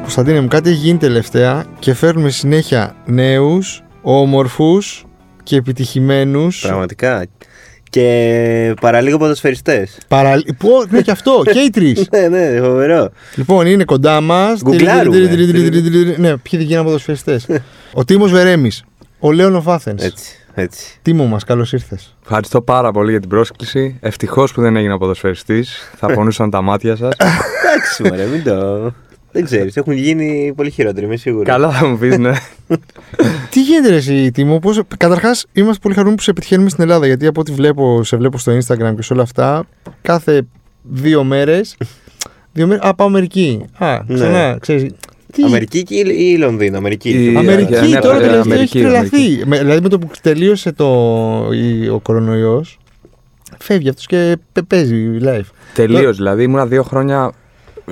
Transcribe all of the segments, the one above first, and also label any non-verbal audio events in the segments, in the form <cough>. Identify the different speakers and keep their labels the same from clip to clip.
Speaker 1: Κωνσταντίνε μου, κάτι έχει γίνει τελευταία και φέρνουμε συνέχεια νέους, όμορφους και επιτυχημένους.
Speaker 2: Πραγματικά. Και παραλίγο ποδοσφαιριστές.
Speaker 1: Παρα... Πω, ναι, και αυτό, και οι τρει.
Speaker 2: <laughs> ναι, ναι, φοβερό.
Speaker 1: λοιπόν, είναι κοντά μας.
Speaker 2: Γκουγκλάρουμε.
Speaker 1: Ναι, ποιοι δεν γίνανε ποδοσφαιριστές. ο Τίμος Βερέμης. Ο Λέων Οφάθεν.
Speaker 2: Έτσι, έτσι.
Speaker 1: Τίμο μας, καλώς ήρθες.
Speaker 3: Ευχαριστώ πάρα πολύ για την πρόσκληση. Ευτυχώς που δεν έγινα ποδοσφαιριστής. Θα πονούσαν τα μάτια <laughs> σας.
Speaker 2: Εντάξει, μωρέ, μην το. Δεν ξέρεις, έχουν γίνει πολύ χειρότεροι, είμαι σίγουρος.
Speaker 3: Καλά θα μου πεις, <laughs> ναι.
Speaker 1: Τι γίνεται ρε εσύ, Τίμο, πώς... καταρχάς είμαστε πολύ χαρούμενοι που σε επιτυχαίνουμε στην Ελλάδα γιατί από ό,τι βλέπω, σε βλέπω στο Instagram και σε όλα αυτά, κάθε δύο
Speaker 2: <laughs>
Speaker 1: μέρες, δύο μέρες, α, πάω Αμερική, α, ξανά,
Speaker 2: Ναι.
Speaker 1: ξέρεις, τι,
Speaker 2: Αμερική και ή- ή Λονδίνο. Αμερική.
Speaker 3: Η-
Speaker 1: Αμερική,
Speaker 3: ναι,
Speaker 1: τώρα
Speaker 3: ναι,
Speaker 1: τελευταία
Speaker 3: Αμερική,
Speaker 1: έχει τρελαθεί, Με- δηλαδή με το που τελείωσε το, η- ο κορονοϊός, φεύγει αυτός και πε- παίζει live.
Speaker 3: Τελείως δηλαδή. Ήμουνα δύο χρόνια.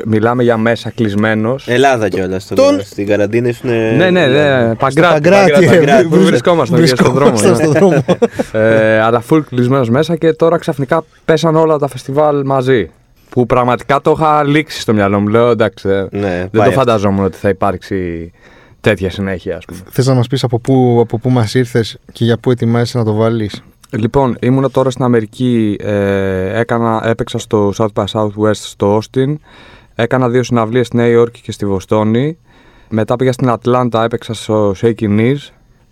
Speaker 3: Μιλάμε για μέσα κλεισμένος.
Speaker 2: Ελλάδα κιόλας.
Speaker 1: Τον-
Speaker 2: Στην καραντίνα ήσουν.
Speaker 3: Ε, ναι, ναι, ναι. Παγκράτη.
Speaker 1: Παγκράτη,
Speaker 3: παγκράτη,
Speaker 1: ρε,
Speaker 3: παγκράτη,
Speaker 1: βρίζε-
Speaker 3: Που βρισκόμασταν και στον δρόμο.
Speaker 1: βρισκόμασταν
Speaker 3: ναι.
Speaker 1: στον δρόμο. <laughs>
Speaker 3: ε, αλλά full κλεισμένος μέσα και τώρα ξαφνικά πέσαν όλα τα φεστιβάλ μαζί. Που πραγματικά το είχα λήξει στο μυαλό μου. Λέω εντάξει. ε,
Speaker 2: Ναι,
Speaker 3: δεν
Speaker 2: πάει
Speaker 3: το
Speaker 2: αυτό.
Speaker 3: φανταζόμουν ότι θα υπάρξει τέτοια συνέχεια, ας πούμε.
Speaker 1: Θες να μας πεις από πού, από πού μας ήρθες και για πού ετοιμάζεσαι να το βάλεις.
Speaker 3: Λοιπόν, ήμουνα τώρα στην Αμερική, ε, έκανα, έπαιξα στο South by Southwest στο Austin, έκανα δύο συναυλίες στη Νέα Υόρκη και στη Βοστόνη, μετά πήγα στην Ατλάντα, έπαιξα στο Shaky Knees,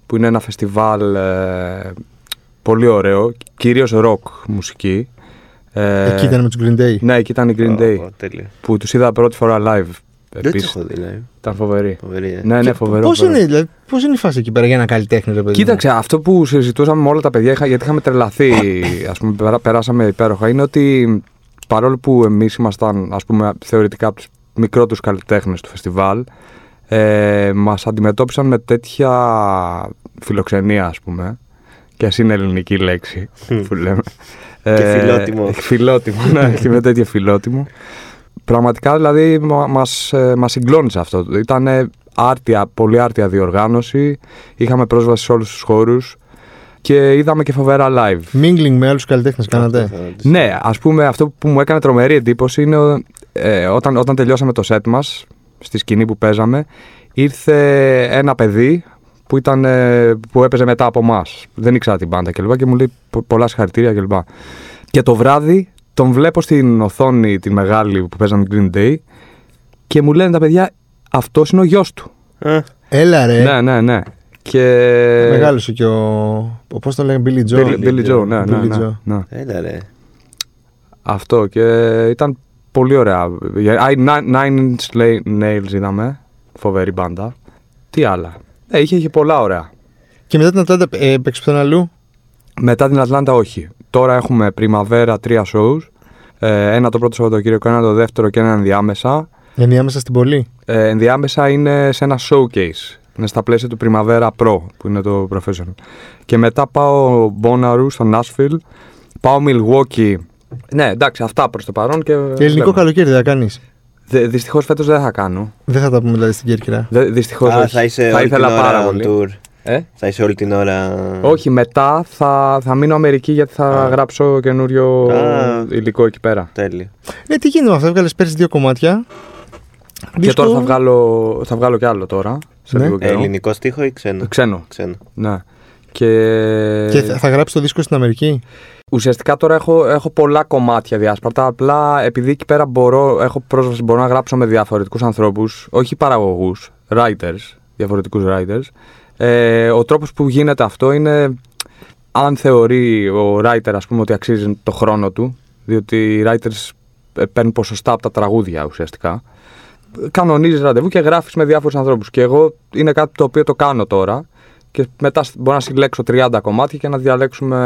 Speaker 3: που είναι ένα φεστιβάλ ε, πολύ ωραίο, κυρίως rock μουσική. Ε,
Speaker 1: Εκεί ήταν με τους Green Day.
Speaker 3: Ναι, εκεί ήταν η Green Day,
Speaker 2: Ω, Τέλειο.
Speaker 3: που τους είδα πρώτη φορά live,
Speaker 2: Δεν τους
Speaker 3: επίσης,
Speaker 2: έχω δει, ναι.
Speaker 3: ήταν φοβερή.
Speaker 2: Φοβερή, ε.
Speaker 3: Ναι, ναι, φοβερό.
Speaker 1: Πώς
Speaker 3: φοβερό.
Speaker 1: είναι, δηλαδή, πώς είναι η φάση εκεί πέρα για ένα καλλιτέχνη, ρε παιδί. μου?
Speaker 3: Κοίταξε, αυτό που συζητούσαμε με όλα τα παιδιά, είχα- γιατί είχαμε τρελαθεί, ας πούμε, περά- περάσαμε υπέροχα, είναι ότι παρόλο που εμείς ήμασταν, ας πούμε, θεωρητικά από τους μικρότερους καλλιτέχνες του φεστιβάλ, ε, μας αντιμετώπισαν με τέτοια φιλοξενία, ας πούμε, και ας είναι ελληνική λέξη που λέμε. Ε,
Speaker 2: Και φιλότιμο.
Speaker 3: <laughs> Φιλότιμο, ναι, και με τέτοιο φιλότιμο. Πραγματικά δηλαδή μα μας, ε, μας συγκλώνησε αυτό. Ήταν άρτια, πολύ άρτια διοργάνωση. Είχαμε πρόσβαση σε όλους τους χώρους και είδαμε και φοβερά live.
Speaker 1: Mingling με άλλους καλλιτέχνες κάνατε.
Speaker 2: Θα τους-
Speaker 3: Ναι, ας πούμε αυτό που μου έκανε τρομερή εντύπωση είναι ε, όταν, όταν τελειώσαμε το σετ μας, στη σκηνή που παίζαμε, ήρθε ένα παιδί που, ήταν, ε, που έπαιζε μετά από εμά. Δεν ήξερα την πάντα κλπ. Και μου λέει «Πο- πολλά συγχαρητήρια κλπ. Και το βράδυ τον βλέπω στην οθόνη τη μεγάλη που παίζαμε Green Day και μου λένε τα παιδιά αυτός είναι ο γιος του.
Speaker 2: Α,
Speaker 1: Έλα ρε.
Speaker 3: Ναι, ναι, ναι. Και...
Speaker 1: Μεγάλωσε και ο. ο Πώς το λένε, Billy Joe.
Speaker 3: Billy, Billy Joe, ναι, ναι,
Speaker 1: Billy
Speaker 3: ναι,
Speaker 1: Joe.
Speaker 3: ναι.
Speaker 2: Έλα ρε.
Speaker 3: Αυτό και ήταν πολύ ωραία. I, Nine Inch Lay- Nails είδαμε, φοβερή μπάντα. Τι άλλα. Ε, είχε, είχε πολλά ωραία.
Speaker 1: Και μετά την Ατλάντα ε, έπαιξε πουθενά αλλού.
Speaker 3: Μετά την Ατλάντα όχι. Τώρα έχουμε πριμαβέρα τρία shows. Ε, ένα το πρώτο Σαββατοκύριακο, ένα το δεύτερο και ένα ενδιάμεσα.
Speaker 1: Ενδιάμεσα στην πόλη.
Speaker 3: Ε, ενδιάμεσα είναι σε ένα showcase. Είναι στα πλαίσια του Primavera Pro, που είναι το professional. Και μετά πάω Μπόναρου στο Nashville. Πάω Milwaukee. Ναι, εντάξει, αυτά προς το παρόν. Και
Speaker 1: Ελληνικό
Speaker 3: βλέπουμε.
Speaker 1: καλοκαίρι δεν θα κάνεις.
Speaker 3: Δυστυχώς φέτος δεν θα κάνω.
Speaker 1: Δεν θα τα πούμε δηλαδή στην Κέρκυρα.
Speaker 3: Δε, δυστυχώς
Speaker 2: Α,
Speaker 3: όχι.
Speaker 2: θα είσαι όλη την
Speaker 3: ήθελα πάρα
Speaker 2: ώρα on
Speaker 3: πολύ.
Speaker 2: tour.
Speaker 3: Ε?
Speaker 2: Θα είσαι όλη την ώρα.
Speaker 3: Όχι, μετά θα, θα μείνω Αμερική γιατί θα
Speaker 2: Α.
Speaker 3: γράψω καινούριο
Speaker 2: Α.
Speaker 3: υλικό εκεί πέρα.
Speaker 2: Τέλειο.
Speaker 1: Ναι, τι γίνεται με αυτά, έβγαλε πέρσι δύο κομμάτια.
Speaker 3: Και
Speaker 1: Δίσκο.
Speaker 3: τώρα θα βγάλω, θα βγάλω κι άλλο τώρα. Σε
Speaker 1: Ναι.
Speaker 3: λίγο
Speaker 2: Ε,
Speaker 3: καιρό.
Speaker 2: Ελληνικό στίχο ή ξένο.
Speaker 3: Ξένο.
Speaker 2: Ξένο.
Speaker 3: Ναι. Και, ε,
Speaker 1: Και θα, θα γράψει το δίσκο στην Αμερική.
Speaker 3: ουσιαστικά τώρα έχω, έχω πολλά κομμάτια διάσπαρτα. Απλά επειδή εκεί πέρα μπορώ, έχω πρόσβαση, μπορώ να γράψω με διαφορετικούς ανθρώπους, όχι παραγωγούς, writers, διαφορετικούς writers. Ε, ο τρόπος που γίνεται αυτό είναι αν θεωρεί ο writer, ας πούμε, ότι αξίζει το χρόνο του, διότι οι writers ε, παίρνουν ποσοστά από τα τραγούδια ουσιαστικά. Κανονίζεις ραντεβού και γράφεις με διάφορους ανθρώπους. Και εγώ είναι κάτι το οποίο το κάνω τώρα. Και μετά σ- μπορώ να συλλέξω 30 κομμάτια και να διαλέξουμε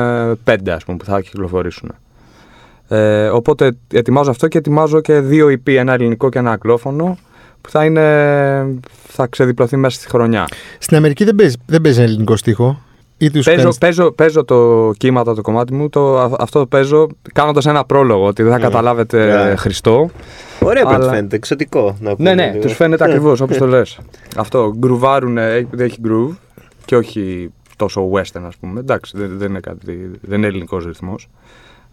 Speaker 3: 5 ας πούμε, που θα κυκλοφορήσουν. Ε, οπότε ετοιμάζω αυτό και ετοιμάζω και δύο EP, ένα ελληνικό και ένα αγγλόφωνο, που θα, είναι, θα ξεδιπλωθεί μέσα στη χρονιά.
Speaker 1: Στην Αμερική δεν παίζει, δεν παίζει ελληνικό στίχο. Ή τους
Speaker 3: Παίζω,
Speaker 1: κάνεις-
Speaker 3: παίζω, παίζω το κύματα, το κομμάτι μου, το, α- αυτό το παίζω κάνοντας ένα πρόλογο, ότι δεν θα καταλάβετε
Speaker 2: Ναι.
Speaker 3: Χριστό.
Speaker 2: Ωραία που
Speaker 3: Αλλά-
Speaker 2: τους φαίνεται, εξωτικό να πούμε. Ε.
Speaker 3: Ναι, ναι, τους φαίνεται ακριβώς όπως το λες. Αυτό. Γκρουβάρουν, έχει έχει groove και όχι τόσο western, ας πούμε. Εντάξει, δεν, δεν είναι κάτι. Δεν είναι ελληνικός ρυθμός.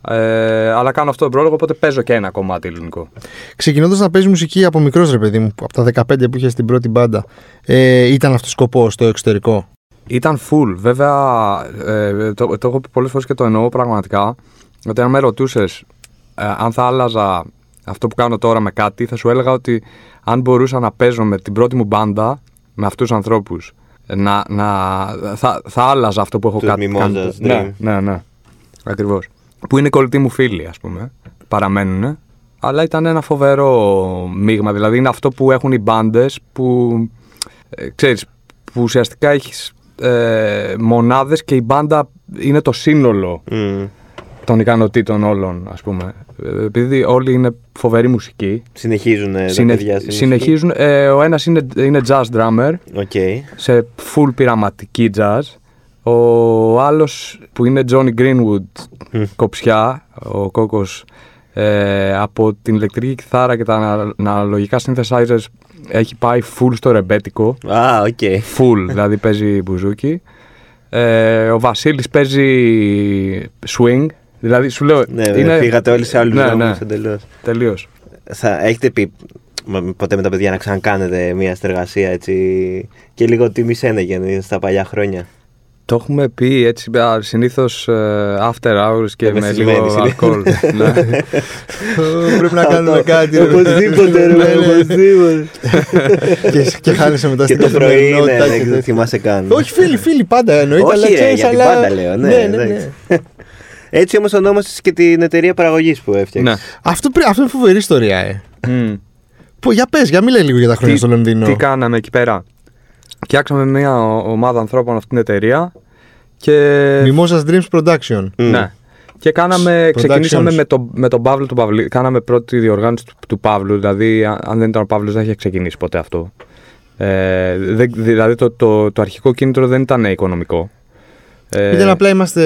Speaker 3: Ε, αλλά κάνω αυτό τον πρόλογο, οπότε παίζω και ένα κομμάτι ελληνικό.
Speaker 1: Ξεκινώντας να παίζεις μουσική από μικρός, ρε παιδί μου, από τα 15 που είχες στην πρώτη μπάντα, ε, ήταν αυτός σκοπό στο εξωτερικό.
Speaker 3: Ήταν full. Βέβαια, ε, το, το έχω πει πολλές φορές και το εννοώ πραγματικά. Ότι αν με ρωτούσες αν θα άλλαζα αυτό που κάνω τώρα με κάτι, θα σου έλεγα ότι αν μπορούσα να παίζω με την πρώτη μου μπάντα, με αυτούς τους ανθρώπους, να, να, θα, θα άλλαζα αυτό που έχω
Speaker 2: Τους
Speaker 3: κα- κάνει.
Speaker 2: Mimosas,
Speaker 3: ναι,
Speaker 2: Dream.
Speaker 3: ναι, ναι. Ακριβώς. Που είναι κολλητοί μου φίλοι, ας πούμε. Παραμένουν. Αλλά ήταν ένα φοβερό μείγμα. Δηλαδή είναι αυτό που έχουν οι μπάντες που. ε, ξέρεις, που ουσιαστικά έχεις ε, μονάδες και η μπάντα είναι το σύνολο
Speaker 2: Μμμ.
Speaker 3: των ικανοτήτων όλων, ας πούμε. Ε, Επειδή όλοι είναι φοβερή μουσική.
Speaker 2: Συνεχίζουν ε, τα
Speaker 3: συνε-
Speaker 2: παιδιά στην
Speaker 3: συνεχίζουν. ε, ο ένας είναι, είναι jazz drummer
Speaker 2: μουσική. Οκ.
Speaker 3: σε full πειραματική jazz. Ο άλλος που είναι Johnny Greenwood, κοψιά, ο κόκος ε, από την ηλεκτρική κιθάρα και τα ανα- αναλογικά synthesizers έχει πάει full στο ρεμπέτικο.
Speaker 2: Α, οκ.
Speaker 3: Full, δηλαδή παίζει μπουζούκι. Ε, ο Βασίλης παίζει swing, δηλαδή σου λέω...
Speaker 2: Ναι, είναι... πήγατε όλοι σε άλλους
Speaker 3: ναι,
Speaker 2: ναι,
Speaker 3: ναι,
Speaker 2: εντελώς.
Speaker 3: τελείως.
Speaker 2: Θα έχετε πει μ, ποτέ με τα παιδιά να ξανακάνετε μια συνεργασία έτσι και λίγο τι μισένε για στα παλιά χρόνια.
Speaker 3: Το έχουμε πει έτσι συνήθω after hours και με
Speaker 2: Μεθυσμένοι,
Speaker 3: λίγο
Speaker 2: συνήθως.
Speaker 3: αλκοόλ.
Speaker 2: <laughs>
Speaker 3: Ναι.
Speaker 1: Ε, Πρέπει να κάνουμε
Speaker 2: Αυτό.
Speaker 1: κάτι. ρε.
Speaker 2: Οπωσδήποτε, ρε,
Speaker 1: Ναι, ναι.
Speaker 2: οπωσδήποτε.
Speaker 1: και, και χάλεσε μετά
Speaker 2: Και
Speaker 1: στην
Speaker 2: το πρωί, ναι,
Speaker 1: καθημερινότητα.
Speaker 2: ναι,
Speaker 1: και
Speaker 2: δεν
Speaker 1: τέτοια.
Speaker 2: θυμάσαι καν.
Speaker 1: Όχι, φίλοι, φίλοι πάντα εννοείται. αλλά
Speaker 2: Όχι, ρε,
Speaker 1: ξέρεις,
Speaker 2: για την
Speaker 1: αλλά-
Speaker 2: πάντα λέω. Ναι, εντάξει. Έτσι όμως ονόμασες και την εταιρεία παραγωγής που έφτιαξες.
Speaker 3: Ναι.
Speaker 1: Αυτό, πρέ- αυτό είναι φοβερή ιστορία, ε.
Speaker 3: Μμ.
Speaker 1: Πω, για πες, για μιλάει λίγο για τα χρόνια στο Λονδίνο.
Speaker 3: τι κάναμε εκεί πέρα. Φτιάξαμε μια ο- ομάδα ανθρώπων αυτήν την εταιρεία και.
Speaker 1: Mimosas Dreams Production.
Speaker 3: Ναι. Και κάναμε,
Speaker 1: Productions.
Speaker 3: ξεκινήσαμε με, το, με τον Παύλο του Παυλή. Κάναμε πρώτη διοργάνωση του, του Παύλου. Δηλαδή, αν- αν δεν ήταν ο Παύλος, δεν είχε ξεκινήσει ποτέ αυτό. Ε, δεν- δηλαδή, το, το, το αρχικό κίνητρο δεν ήταν οικονομικό. Ε,
Speaker 1: Ήταν απλά είμαστε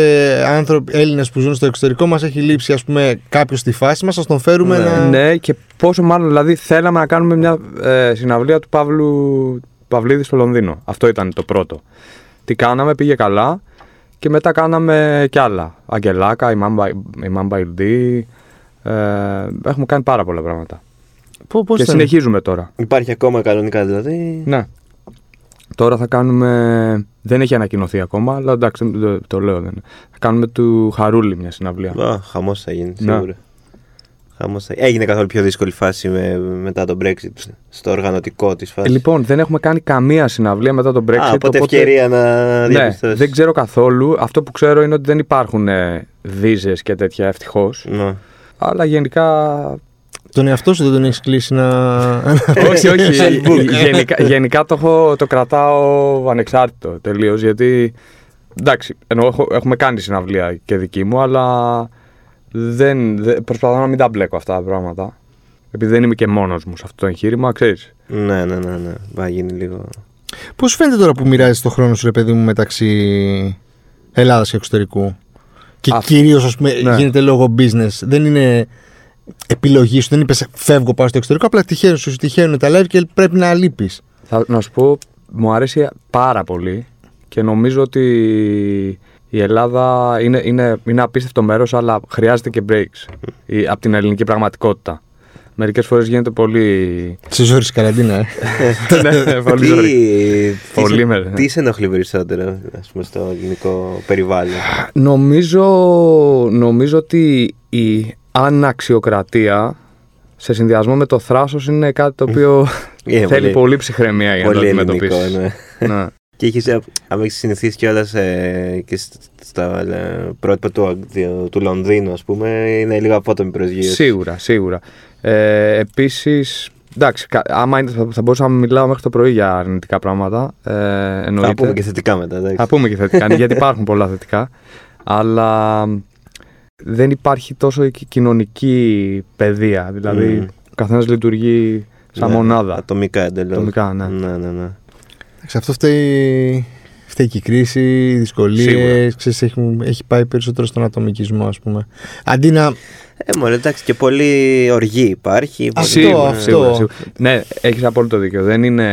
Speaker 1: άνθρωποι Έλληνες που ζουν στο εξωτερικό. Μας έχει λείψει, ας πούμε, κάποιος στη φάση μας. Ας τον φέρουμε να.
Speaker 3: Ναι, και πόσο μάλλον δηλαδή θέλαμε να κάνουμε μια ε, συναυλία του Παύλου Παυλίδης στο Λονδίνο. Αυτό ήταν το πρώτο. Τι κάναμε, πήγε καλά και μετά κάναμε κι άλλα. Αγγελάκα, η Mamba, η Mamba LD. Ε, έχουμε κάνει πάρα πολλά πράγματα.
Speaker 1: Πω, πώς
Speaker 3: και
Speaker 1: ήταν.
Speaker 3: συνεχίζουμε τώρα.
Speaker 2: Υπάρχει ακόμα κανονικά δηλαδή.
Speaker 3: Ναι. Τώρα θα κάνουμε. Δεν έχει ανακοινωθεί ακόμα, αλλά εντάξει, το, το λέω. Δεν. Θα κάνουμε του Χαρούλη μια συναυλία.
Speaker 2: Α, χαμός θα γίνει,
Speaker 3: Ναι.
Speaker 2: σίγουρα. Χαμός θα... Έγινε καθόλου πιο δύσκολη φάση με, μετά τον Brexit στο οργανωτικό της φάσης.
Speaker 3: Λοιπόν, δεν έχουμε κάνει καμία συναυλία μετά τον Brexit.
Speaker 2: Α, οπότε,
Speaker 3: οπότε-
Speaker 2: ευκαιρία να
Speaker 3: Ναι,
Speaker 2: διαπιστώσεις.
Speaker 3: δεν ξέρω καθόλου. Αυτό που ξέρω είναι ότι δεν υπάρχουν ε, βίζες και τέτοια ευτυχώς. Αλλά γενικά.
Speaker 1: Τον εαυτό σου δεν τον έχεις κλείσει να.
Speaker 3: <laughs> όχι, όχι. <laughs> γενικά γενικά το, έχω- το κρατάω ανεξάρτητο τελείως. Γιατί. Εντάξει, εννοώ, έχω- έχουμε κάνει συναυλία και δική μου, αλλά δεν, δεν- προσπαθώ να μην τα μπλέκω αυτά τα πράγματα. Επειδή δεν είμαι και μόνος μου σε αυτό το εγχείρημα, ξέρεις.
Speaker 2: Ναι, ναι, ναι, ναι. Θα γίνει λίγο.
Speaker 1: Πώς σου φαίνεται τώρα που μοιράζεις το χρόνο σου, ρε παιδί μου, μεταξύ Ελλάδας και εξωτερικού. Και
Speaker 3: Α,
Speaker 1: κυρίως, ας πούμε,
Speaker 3: ναι.
Speaker 1: γίνεται λόγω business. Δεν είναι επιλογή σου, δεν είπες φεύγω, πάω στο εξωτερικό. Απλά τυχαίνουν σου, τυχαίνουν τα live και πρέπει να λείπεις.
Speaker 3: Θα, να σου πω, μου αρέσει πάρα πολύ και νομίζω ότι η Ελλάδα είναι, είναι, είναι απίστευτο μέρος, αλλά χρειάζεται και breaks η, από την ελληνική πραγματικότητα. Μερικές φορές γίνεται
Speaker 2: <laughs>
Speaker 3: πολύ...
Speaker 1: Σε ζόρις καραντίνα,
Speaker 3: <laughs>
Speaker 1: ε.
Speaker 3: ναι, πολύ
Speaker 2: τι,
Speaker 3: ζωρή.
Speaker 2: τι,
Speaker 3: Πολύ
Speaker 2: σε-
Speaker 3: με- ναι.
Speaker 2: τι σε ενοχλεί περισσότερο ας πούμε, στο ελληνικό περιβάλλον.
Speaker 3: Νομίζω, νομίζω ότι η αναξιοκρατία σε συνδυασμό με το θράσος είναι κάτι το οποίο
Speaker 2: Ε,
Speaker 3: <laughs> θέλει
Speaker 2: πολύ-
Speaker 3: πολύ, ψυχραιμία για να το
Speaker 2: Πολύ ελληνικό,
Speaker 3: αντιμετωπίσεις.
Speaker 2: ναι.
Speaker 3: Ναι.
Speaker 2: Και έχεις, ε, αν έχεις συνηθίσει κιόλας ε, και σ- στα ε, πρότυπα του, Αγ- του Λονδίνου, ας πούμε, είναι λίγο απότομη προσγείωση.
Speaker 3: Σίγουρα, σίγουρα. Ε, Επίσης, εντάξει, κα- άμα είναι, θα, θα μπορούσαμε να μιλάω μέχρι το πρωί για αρνητικά πράγματα. Ε, εννοείται.
Speaker 2: Θα πούμε και θετικά μετά, εντάξει.
Speaker 3: Θα πούμε και θετικά, ναι,
Speaker 1: <laughs>
Speaker 3: γιατί υπάρχουν πολλά θετικά. Αλλά μ, δεν υπάρχει τόσο η κοινωνική παιδεία. Δηλαδή,
Speaker 2: Μμμ.
Speaker 3: ο καθένας λειτουργεί σαν
Speaker 2: Ναι,
Speaker 3: μονάδα.
Speaker 2: Ατομικά εντελώς.
Speaker 3: Ατομικά, ναι.
Speaker 2: Ναι, ναι, ναι.
Speaker 1: Σε αυτό φταίει, φταίει και η κρίση, οι δυσκολίες.
Speaker 3: Σίγουρα.
Speaker 1: Ξέρεις, έχει, έχει πάει περισσότερο στον ατομικισμό, ας πούμε. Αντί να.
Speaker 2: Ε, μωρέ, εντάξει, και πολύ οργή υπάρχει. πολύ-
Speaker 1: Αυτό,
Speaker 3: σίγουρα,
Speaker 1: αυτό.
Speaker 3: σίγουρα, σίγουρα. Ναι, έχεις απόλυτο δίκιο. Δεν είναι,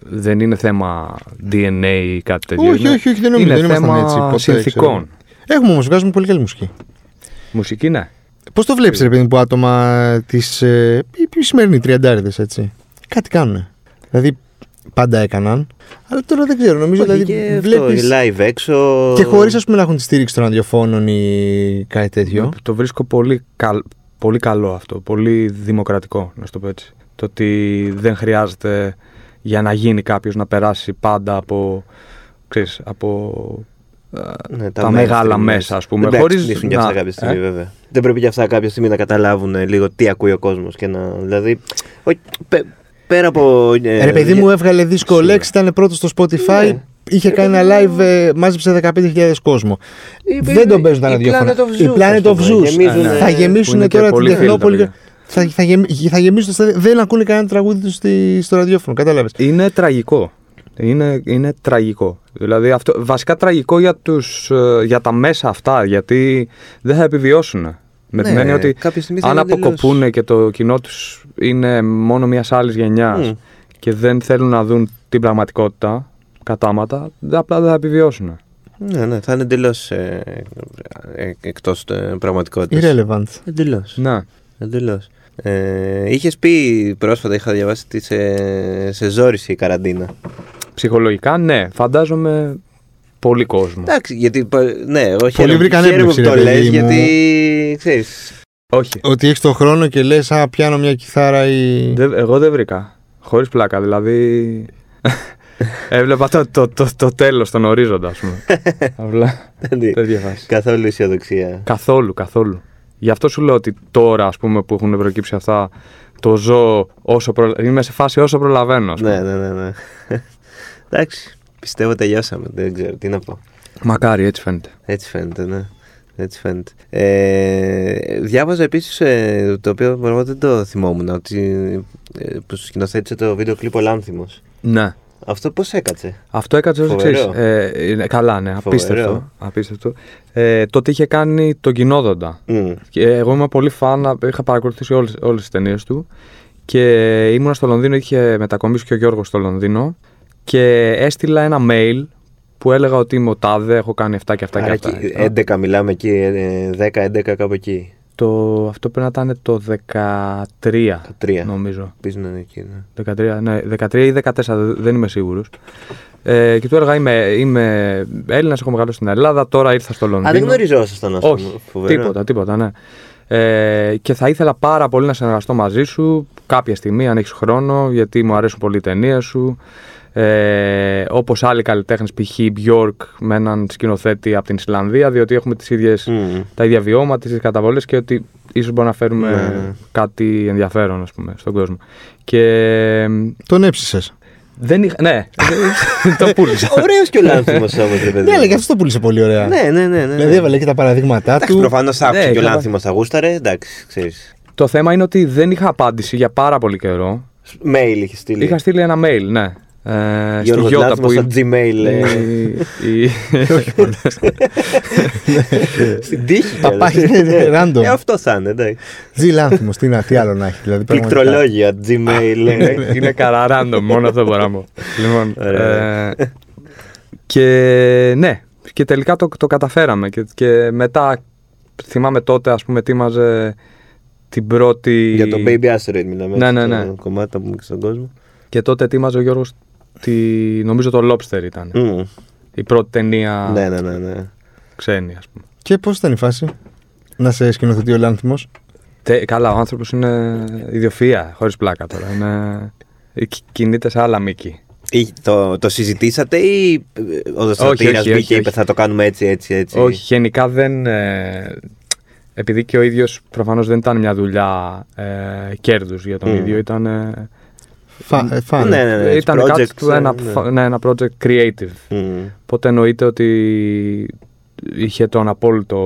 Speaker 3: δεν είναι θέμα DNA ή κάτι τέτοιο.
Speaker 1: Ναι. όχι,
Speaker 3: Είναι-
Speaker 1: όχι, όχι, δεν νομίζω.
Speaker 3: είναι
Speaker 1: δεν ήμασταν
Speaker 3: θέμα
Speaker 1: έτσι. ποτέ,
Speaker 3: συνθήκων.
Speaker 1: ξέρω. Έχουμε όμως, βγάζουμε πολύ καλή μουσική.
Speaker 3: Μουσική, ναι.
Speaker 1: Πώς το βλέπεις, ρε παιδί μου, που άτομα της. Ε, οι- οι σημερινοί τριαντάριδες, έτσι. Κάτι κάνουν. Δηλαδή, πάντα έκαναν. Αλλά τώρα δεν ξέρω, νομίζω.
Speaker 2: Όχι,
Speaker 1: δηλαδή,
Speaker 2: και
Speaker 1: βλέπεις...
Speaker 2: αυτό, live έξω.
Speaker 1: Και χωρίς ας πούμε να έχουν τη στήριξη των ραδιοφώνων ή κάτι τέτοιο.
Speaker 3: Ναι, Το βρίσκω πολύ, καλ- πολύ καλό αυτό. Πολύ δημοκρατικό, να σου το πω έτσι. Το ότι δεν χρειάζεται για να γίνει κάποιος να περάσει πάντα από, ξέρεις, από ε,
Speaker 2: Ναι,
Speaker 3: τα, μεγάλα
Speaker 2: mainstream
Speaker 3: μέσα, ας πούμε.
Speaker 2: Δεν πρέπει να
Speaker 3: χωρίς
Speaker 2: ξυπνήσουν και αυτά κάποια στιγμή,
Speaker 3: ε,
Speaker 2: βέβαια. Δεν πρέπει και αυτά κάποια στιγμή να καταλάβουν ε, λίγο τι ακούει ο κόσμος και να. Δηλαδή. όχι, πε- πέρα από. ε,
Speaker 1: Ρε παιδί
Speaker 2: δια-
Speaker 1: μου έβγαλε δίσκο
Speaker 2: Σίγουρα.
Speaker 1: Lex, ήταν πρώτος στο Spotify.
Speaker 2: Ναι.
Speaker 1: Είχε κάνει ένα live, ε, μάζεψε 15.000 κόσμο.
Speaker 2: Η-
Speaker 1: δεν τον παίζουν τα
Speaker 2: η
Speaker 1: ραδιόφωνα.
Speaker 2: Planet of
Speaker 1: Η
Speaker 2: Zeus,
Speaker 1: Planet
Speaker 2: ας
Speaker 1: of
Speaker 2: πούμε,
Speaker 1: Zeus. Ναι,
Speaker 2: γεμίζουνε- Ναι,
Speaker 1: Θα
Speaker 3: που
Speaker 1: γεμίσουν
Speaker 3: είναι και
Speaker 1: τώρα την
Speaker 3: πολύ φίλοι τα
Speaker 1: Τεχνόπολη.
Speaker 3: παιδιά.
Speaker 1: Θα, θα, γεμί- θα γεμίσουν. στα- Δεν ακούνε κανένα τραγούδι τους στη- στο ραδιόφωνο. Κατάλαβες.
Speaker 3: Είναι τραγικό. Είναι, είναι τραγικό. Δηλαδή, αυτό, βασικά τραγικό για, τους, ε, για τα μέσα αυτά, γιατί δεν θα επιβιώσουν. Με την
Speaker 2: Ναι,
Speaker 3: έννοια ότι
Speaker 2: κάποια στιγμή θα
Speaker 3: αν
Speaker 2: είναι τελείως-
Speaker 3: αποκοπούν και το κοινό τους είναι μόνο μιας άλλης γενιάς
Speaker 2: Μμ.
Speaker 3: και δεν θέλουν να δουν την πραγματικότητα κατάματα, δε- απλά δεν θα επιβιώσουν.
Speaker 2: Ναι, ναι, θα είναι εντελώς ε, ε, εκτός πραγματικότητας.
Speaker 1: Irrelevant.
Speaker 2: Εντελώς.
Speaker 3: Ναι.
Speaker 2: Εντελώς. Ε, Είχες πει πρόσφατα, είχα διαβάσει ότι σε, σε ζόρισε η καραντίνα.
Speaker 3: Ψυχολογικά, ναι. Φαντάζομαι πολύ κόσμο.
Speaker 2: Εντάξει, γιατί. πα- Ναι, εγώ χαίρομαι,
Speaker 1: βρήκαν
Speaker 2: χαίρομαι που
Speaker 1: έμπνευση,
Speaker 2: το
Speaker 1: ρε
Speaker 2: λε,
Speaker 1: παιδί μου.
Speaker 2: γιατί ξέρεις.
Speaker 3: Όχι.
Speaker 1: Ότι έχεις τον χρόνο και λες, Α, πιάνω μια κιθάρα ή.
Speaker 2: Ναι.
Speaker 3: Δεν- εγώ δεν βρήκα. Χωρίς πλάκα, δηλαδή. Έβλεπα το, το, το, το τέλος, τον ορίζοντα, ας πούμε. <laughs> Απλά. τέτοια φάση.
Speaker 2: Καθόλου αισιοδοξία.
Speaker 3: Καθόλου, καθόλου. Γι' αυτό σου λέω ότι τώρα, ας πούμε, που έχουν προκύψει αυτά, το ζω όσο προ... Είμαι σε φάση όσο προλαβαίνω. ας πούμε.
Speaker 2: Ναι, ναι, ναι. ναι. Εντάξει, πιστεύω τελειώσαμε. Δεν ξέρω τι να πω.
Speaker 3: Μακάρι, έτσι φαίνεται.
Speaker 2: Έτσι φαίνεται, ναι. Έτσι φαίνεται. Ε, διάβαζα επίσης το οποίο εγώ δεν το θυμόμουν ότι ε, που σκηνοθέτησε το βίντεο κλειπ ο Λάνθιμος.
Speaker 3: Ναι.
Speaker 2: Αυτό πώς έκατσε.
Speaker 3: Αυτό έκατσε ως
Speaker 2: Φοβερό.
Speaker 3: εξή. Ε, είναι- καλά, ναι.
Speaker 2: Φοβερό.
Speaker 3: Απίστευτο. απίστευτο. Ε, τότε είχε κάνει τον κοινόδοντα.
Speaker 2: Μμ.
Speaker 3: Και εγώ ήμουν πολύ φαν, είχα παρακολουθήσει όλες, όλες τις ταινίες του και ήμουνα στο Λονδίνο, είχε μετακομίσει και ο Γιώργος στο Λονδίνο και έστειλα ένα mail που έλεγα ότι είμαι ο Τάδε, έχω κάνει αυτά και αυτά και
Speaker 2: Άρα
Speaker 3: αυτά.
Speaker 2: εκεί, 11 μιλάμε εκεί, ε, 10-11 κάπου εκεί.
Speaker 3: Το, αυτό πρέπει να ήταν το 13
Speaker 2: 13.
Speaker 3: νομίζω.
Speaker 2: Ελπίζω να είναι εκεί. ναι.
Speaker 3: 13, ναι, 13 ή 14, δε- δεν είμαι σίγουρος. Ε, και του έλεγα: Είμαι, είμαι Έλληνας, έχω μεγαλώσει στην Ελλάδα, τώρα ήρθα στο Λονδίνο.
Speaker 2: Α, δεν γνωριζόσασταν, α πούμε.
Speaker 3: Όχι, τίποτα, τίποτα, ναι. Ε, και θα ήθελα πάρα πολύ να συνεργαστώ μαζί σου κάποια στιγμή, αν έχεις χρόνο, γιατί μου αρέσουν πολύ οι ταινίες σου. Ε, Όπως άλλοι καλλιτέχνες, π.χ. Björk με έναν σκηνοθέτη από την Ισλανδία, διότι έχουμε τις ίδιες,
Speaker 2: Μμμ.
Speaker 3: τα ίδια βιώματα, τις ίδιες καταβολές και ότι ίσως μπορούμε να φέρουμε
Speaker 2: Ναι.
Speaker 3: κάτι ενδιαφέρον ας πούμε, στον κόσμο. Και
Speaker 1: Τον έψησες.
Speaker 3: δεν είχα.
Speaker 2: <laughs>
Speaker 3: Ναι, το πούλησα.
Speaker 2: Ωραίος και ο
Speaker 3: <laughs>
Speaker 2: Λάνθιμο όμω, ρε παιδί.
Speaker 1: Ναι, αλλά και αυτός το πούλησε πολύ ωραία.
Speaker 2: Ε, Ναι, ναι, ναι. ναι.
Speaker 1: Δηλαδή έβαλε και τα παραδείγματά
Speaker 2: Εντάξει,
Speaker 1: του.
Speaker 2: προφανώς άκουσε
Speaker 3: Ναι,
Speaker 2: και ο
Speaker 3: καλά.
Speaker 2: Λάνθιμο θα γούσταρε. Εντάξει, ξέρεις.
Speaker 3: το θέμα είναι ότι δεν είχα απάντηση για πάρα πολύ καιρό.
Speaker 2: Mail είχε στείλει.
Speaker 3: Είχα στείλει ένα mail, ναι. Ε, στη
Speaker 2: Γιώργος
Speaker 3: Γιώτα
Speaker 2: Λάνθιμος
Speaker 3: που Ναι.
Speaker 2: στο Gmail.
Speaker 3: η-
Speaker 2: ε,
Speaker 3: η- η-
Speaker 2: <laughs>
Speaker 3: <laughs>
Speaker 2: Στην τύχη.
Speaker 1: Τα
Speaker 2: κιόλας.
Speaker 1: πάει, ναι, ναι,
Speaker 2: Ε,
Speaker 1: random.
Speaker 2: ε, Αυτό θα είναι,
Speaker 3: Ναι,
Speaker 2: εντάξει.
Speaker 1: Τζι λάνθιμος, τι, να- τι άλλο να έχει. Δηλαδή, πραγματικά.
Speaker 2: Πληκτρολόγια, Gmail. ε.
Speaker 3: είναι- Ναι, Είναι καραράντο, μόνο αυτό μπορώ να πω. Λοιπόν,
Speaker 2: Ωραία.
Speaker 3: ε, και ναι, και τελικά το, το καταφέραμε. Και, και μετά, θυμάμαι τότε, ας πούμε, ετοίμαζε την πρώτη...
Speaker 2: Για το Baby Asteroid μιλάμε.
Speaker 3: Ναι,
Speaker 2: έτσι,
Speaker 3: ναι,
Speaker 2: Το
Speaker 3: ναι.
Speaker 2: κομμάτι που πούμε και στον κόσμο.
Speaker 3: Και τότε ετοίμαζε ο Γιώργος, τη, νομίζω το Lobster ήταν.
Speaker 2: Μμ.
Speaker 3: Η πρώτη ταινία
Speaker 2: Ναι, ναι, ναι. ναι.
Speaker 3: ξένη, ας πούμε.
Speaker 1: Και πώς ήταν η φάση να σε σκηνοθετεί ο Λάνθιμος
Speaker 3: Τε- καλά, ο άνθρωπος είναι ιδιοφυα, χωρίς πλάκα τώρα. Είναι... κι- Κινείται σε άλλα μήκη.
Speaker 2: Ή- Το, το συζητήσατε ή ε, ο Δοστρατήρα
Speaker 3: όχι, όχι,
Speaker 2: μπήκε και είπε
Speaker 3: όχι.
Speaker 2: θα το κάνουμε έτσι, έτσι, έτσι.
Speaker 3: Όχι, γενικά δεν. ε, επειδή και ο ίδιος προφανώς δεν ήταν μια δουλειά ε, κέρδους για τον
Speaker 2: Μμ.
Speaker 3: ίδιο, ήταν. ε,
Speaker 1: Φα- ε,
Speaker 2: Ναι,
Speaker 1: Φαν.
Speaker 2: ναι, ναι. έτσι,
Speaker 3: ήταν κάτι
Speaker 2: project,
Speaker 3: του ένα,
Speaker 2: ναι.
Speaker 3: φα- ναι, ένα project creative.
Speaker 2: Μμ.
Speaker 3: Οπότε εννοείται ότι είχε τον απόλυτο.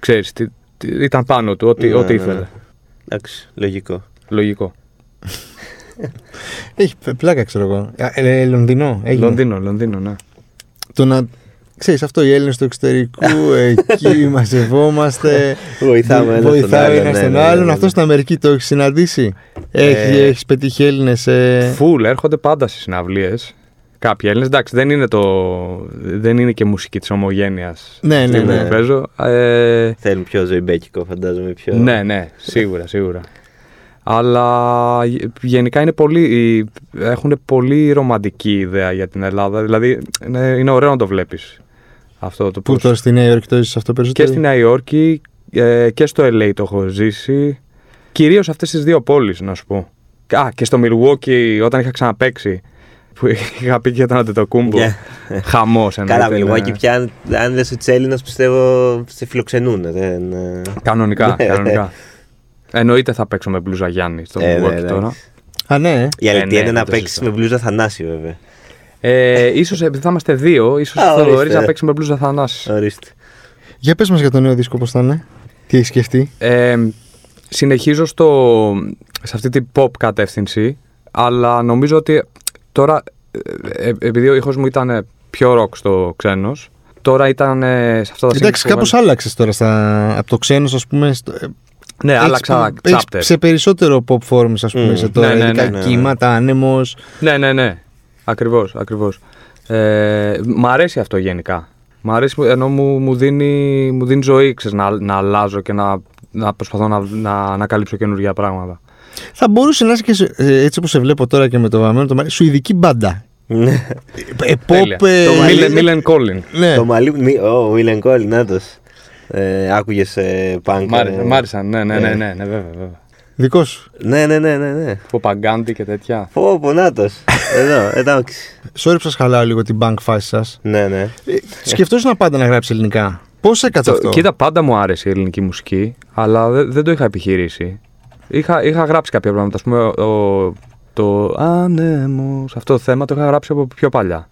Speaker 3: ξέρεις, τι- τι- ήταν πάνω του, ό,τι,
Speaker 2: Ναι,
Speaker 3: ό,τι
Speaker 2: ναι,
Speaker 3: ήθελε.
Speaker 2: ναι. Εντάξει, λογικό.
Speaker 3: Λογικό.
Speaker 1: Έχει π- πλάκα, ξέρω εγώ. Ε, ε, Λονδινό. έγινε.
Speaker 3: Λονδίνο, Λονδίνο, ναι.
Speaker 1: Το να. Ξέρεις αυτό, οι Έλληνες του
Speaker 2: <laughs>
Speaker 1: εξωτερικού, εκεί μαζευόμαστε.
Speaker 2: Βοηθάμε ένα τον
Speaker 1: βοηθάει
Speaker 2: άλλον.
Speaker 1: ένας
Speaker 2: ναι,
Speaker 1: τον
Speaker 2: ναι, ναι,
Speaker 1: άλλον.
Speaker 2: ναι.
Speaker 1: Αυτό στην Αμερική το έχεις συναντήσει. Έχει, έχεις πετύχει Έλληνες. ε,
Speaker 3: Φουλ, έρχονται πάντα στις συναυλίες. Κάποιοι Έλληνες. Εντάξει, δεν είναι, το... δεν είναι και μουσική της ομογένειας.
Speaker 1: Ναι, ναι,
Speaker 2: Ναι.
Speaker 1: ναι.
Speaker 3: Παίζω. Ε,
Speaker 2: Θέλουν πιο ζωημπέκικο, φαντάζομαι. Πιο...
Speaker 3: ναι, ναι, σίγουρα, σίγουρα. Αλλά γε- γενικά είναι πολύ, οι- έχουν πολύ ρομαντική ιδέα για την Ελλάδα. Δηλαδή είναι, είναι ωραίο να το βλέπεις αυτό. Το
Speaker 1: Πού
Speaker 3: πώς-
Speaker 1: τώρα στη Νέα Υόρκη το έζησες αυτό
Speaker 3: και
Speaker 1: περισσότερο.
Speaker 3: στη Νέα Υόρκη ε, και στο LA το έχω ζήσει. Κυρίως αυτές τις δύο πόλεις, να σου πω. Α, και στο Milwaukee όταν είχα ξαναπέξει, που είχα πει και τον Αντετοκούμπο.
Speaker 2: Yeah.
Speaker 3: Χαμός εννοείται.
Speaker 2: Ναι. Καλά, Milwaukee
Speaker 3: ναι.
Speaker 2: πια, αν- αν λες ότι είσαι Έλληνας, πιστεύω σε φιλοξενούν. Δεν... ε,
Speaker 3: Κανονικά,
Speaker 2: Ναι,
Speaker 3: κανονικά. Εννοείται θα παίξω με μπλούζα Γιάννη στο
Speaker 2: Ε, ναι,
Speaker 3: Milwaukee
Speaker 2: ναι.
Speaker 3: τώρα.
Speaker 1: Α, ναι. ε.
Speaker 2: Η
Speaker 3: Ε,
Speaker 2: αλήθεια
Speaker 3: ναι,
Speaker 2: είναι να
Speaker 3: αυτό
Speaker 2: παίξει
Speaker 3: σωστά.
Speaker 2: με μπλούζα Θανάση, βέβαια.
Speaker 3: Ε, ίσως επειδή θα είμαστε δύο, ίσως
Speaker 2: Α,
Speaker 3: θα
Speaker 2: ορίστε.
Speaker 3: να παίξει με μπλούζα Θανάσης.
Speaker 2: Ορίστε.
Speaker 1: Για πες μας για το νέο δίσκο πώς θα είναι. Τι έχεις σκεφτεί.
Speaker 3: Ε, συνεχίζω στο, σε αυτή την pop κατεύθυνση, αλλά νομίζω ότι τώρα, ε, ε, επειδή ο ήχος μου ήταν πιο rock στο ξένος, τώρα ήταν ε, σε αυτά τα
Speaker 1: Εντάξει,
Speaker 3: singles που
Speaker 1: κάπως
Speaker 3: έβαλε-
Speaker 1: άλλαξες τώρα στα... από το ξένος, ας πούμε. στο- ε,
Speaker 3: Ναι,
Speaker 1: έχεις-
Speaker 3: άλλαξα
Speaker 1: έχεις
Speaker 3: chapter.
Speaker 1: σε περισσότερο pop forms, ας πούμε,
Speaker 2: Μμμ.
Speaker 1: σε τώρα.
Speaker 3: Ναι, ναι,
Speaker 1: ειδικά
Speaker 2: ναι, ναι.
Speaker 1: κύματα, άνεμος.
Speaker 3: Ναι, ναι, ναι. Ακριβώς, ακριβώς. Ε, μ' αρέσει αυτό γενικά. Μ' αρέσει που- ενώ μου, μου, δίνει, μου δίνει ζωή, ξέρεις, να, να αλλάζω και να, να προσπαθώ να, να ανακαλύψω καινούργια πράγματα.
Speaker 1: Θα μπορούσε να είσαι και σε- ε, έτσι όπως σε βλέπω τώρα και με το βαμμένο το μαλλί, σουηδική μπάντα.
Speaker 2: Ναι.
Speaker 1: Ε,
Speaker 3: Τέλεια.
Speaker 1: pop, ε,
Speaker 3: Το
Speaker 1: ε,
Speaker 3: Μίλεν- Μίλεν Κόλλιν.
Speaker 1: Ναι.
Speaker 2: Το μαλλί μου. μη- Ο Βίλεν Κόλλ, να το. Άκουγε πανκ.
Speaker 3: Μ' άρεσαν,
Speaker 2: ε,
Speaker 3: μ' άρεσαν. Ναι, ναι,
Speaker 2: ε.
Speaker 3: ναι, ναι, ναι, βέβαια, βέβαια.
Speaker 1: Δικός σου.
Speaker 2: Ναι, ναι, ναι, ναι. ναι.
Speaker 3: Ποπαγκάντι και τέτοια.
Speaker 2: Πω, πω, να το. Εδώ, εντάξει.
Speaker 1: Sorry που σας χαλάω λίγο την bank φάση σας.
Speaker 2: Ναι, ναι.
Speaker 1: Σκεφτόσουν πάντα να γράψει ελληνικά. Πώς έκατσε αυτό.
Speaker 3: Κοίτα, πάντα μου άρεσε η ελληνική μουσική, αλλά δε- δεν το είχα επιχειρήσει. Είχα, είχα γράψει κάποια πράγματα, ας πούμε, ο- το άνεμος, αυτό το θέμα το είχα γράψει από πιο παλιά.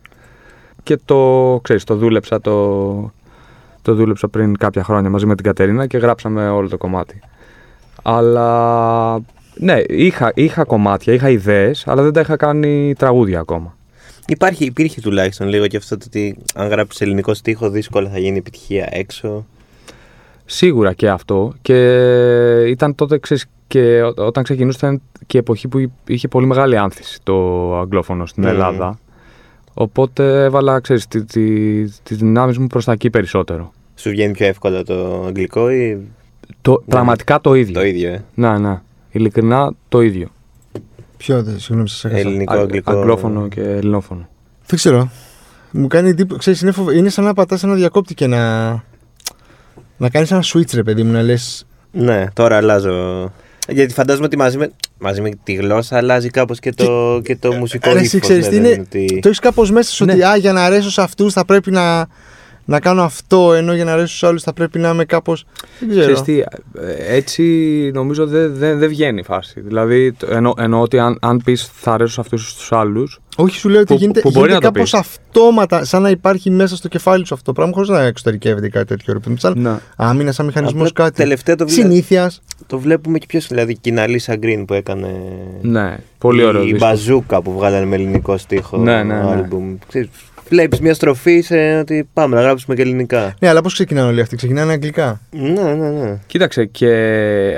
Speaker 3: Και το, ξέρεις, το δούλεψα, το, το δούλεψα πριν κάποια χρόνια μαζί με την Κατερίνα και γράψαμε όλο το κομμάτι. Αλλά, ναι, είχα, είχα κομμάτια, είχα ιδέες, αλλά δεν τα είχα κάνει τραγούδια ακόμα.
Speaker 2: Υπάρχει, υπήρχε τουλάχιστον λίγο και αυτό το ότι αν γράψεις ελληνικό στίχο, δύσκολα θα γίνει επιτυχία έξω.
Speaker 3: Σίγουρα και αυτό. Και ήταν τότε, ξέρεις, και ό- όταν ξεκινούσε ήταν και η εποχή που είχε πολύ μεγάλη άνθηση το αγγλόφωνο στην
Speaker 2: Ναι.
Speaker 3: Ελλάδα. Οπότε έβαλα, ξέρεις, τη, τη, τις δυνάμεις μου προς τα εκεί περισσότερο.
Speaker 2: Σου βγαίνει πιο εύκολα το αγγλικό ή
Speaker 3: Το, Πραγματικά το ίδιο.
Speaker 2: Ναι. το ίδιο, ε.
Speaker 3: Να, να. Ειλικρινά το ίδιο.
Speaker 1: Ποιο, δε, συγγνώμη, σας έχασα.
Speaker 2: Ελληνικό,
Speaker 3: Α-
Speaker 2: αγγλικό.
Speaker 3: Αγγλόφωνο και ελληνόφωνο.
Speaker 1: Δεν ξέρω. Μου κάνει εντύπωση. Ξέρεις, είναι, φοβ- είναι σαν να πατάς ένα διακόπτη και να. Να κάνεις ένα switch, ρε παιδί μου, να λες.
Speaker 2: Ναι, τώρα αλλάζω. Γιατί φαντάζομαι ότι μαζί με, μαζί με τη γλώσσα αλλάζει κάπως και το, και το μουσικό
Speaker 1: Ρε, εσύ
Speaker 2: ύφος,
Speaker 1: ξέρεις
Speaker 2: ναι,
Speaker 1: τι
Speaker 2: δεν
Speaker 1: είναι.
Speaker 2: ότι-
Speaker 1: Το έχεις κάπως μέσα σου ότι
Speaker 3: Ναι.
Speaker 1: α, για να αρέσω σε αυτούς θα πρέπει να, να κάνω αυτό, ενώ για να αρέσω σε άλλους θα πρέπει να είμαι κάπως. Δεν
Speaker 3: Ξέρεις
Speaker 1: ξέρω.
Speaker 3: τι, ε, έτσι νομίζω δεν δε, δε βγαίνει η φάση. Δηλαδή το- εννο- εννοώ ότι αν, αν πεις θα αρέσω σε αυτούς τους άλλους,
Speaker 1: Όχι, σου λέω ότι
Speaker 3: Που-
Speaker 1: γίνεται,
Speaker 3: που μπορεί
Speaker 1: γίνεται
Speaker 3: να το
Speaker 1: κάπως αυτόματα, σαν να υπάρχει μέσα στο κεφάλι σου αυτό το πράγμα, χωρίς να εξωτερικεύεται κάτι τέτοιο. ρε παιδί μου. Σαν
Speaker 3: να.
Speaker 1: άμυνα, σαν μηχανισμός
Speaker 2: Απλά
Speaker 1: κάτι.
Speaker 2: Τελευταία το, βλέ...
Speaker 1: Συνήθειας.
Speaker 2: το βλέπουμε και ποιος. Δηλαδή, και η Ναλίσα Γκριν που έκανε.
Speaker 3: Ναι, πολύ ωραίο.
Speaker 2: Η
Speaker 3: δίσκο.
Speaker 2: Μπαζούκα που βγάλανε με ελληνικό στίχο.
Speaker 3: Ναι, ναι, ναι.
Speaker 2: Άλμπουμ. Ξέρεις, Βλέπεις μια στροφή σε ότι πάμε να γράψουμε και ελληνικά.
Speaker 1: Ναι, αλλά πώς ξεκινάνε όλοι αυτοί, ξεκινάνε αγγλικά.
Speaker 2: Ναι, ναι, ναι.
Speaker 3: Κοίταξε και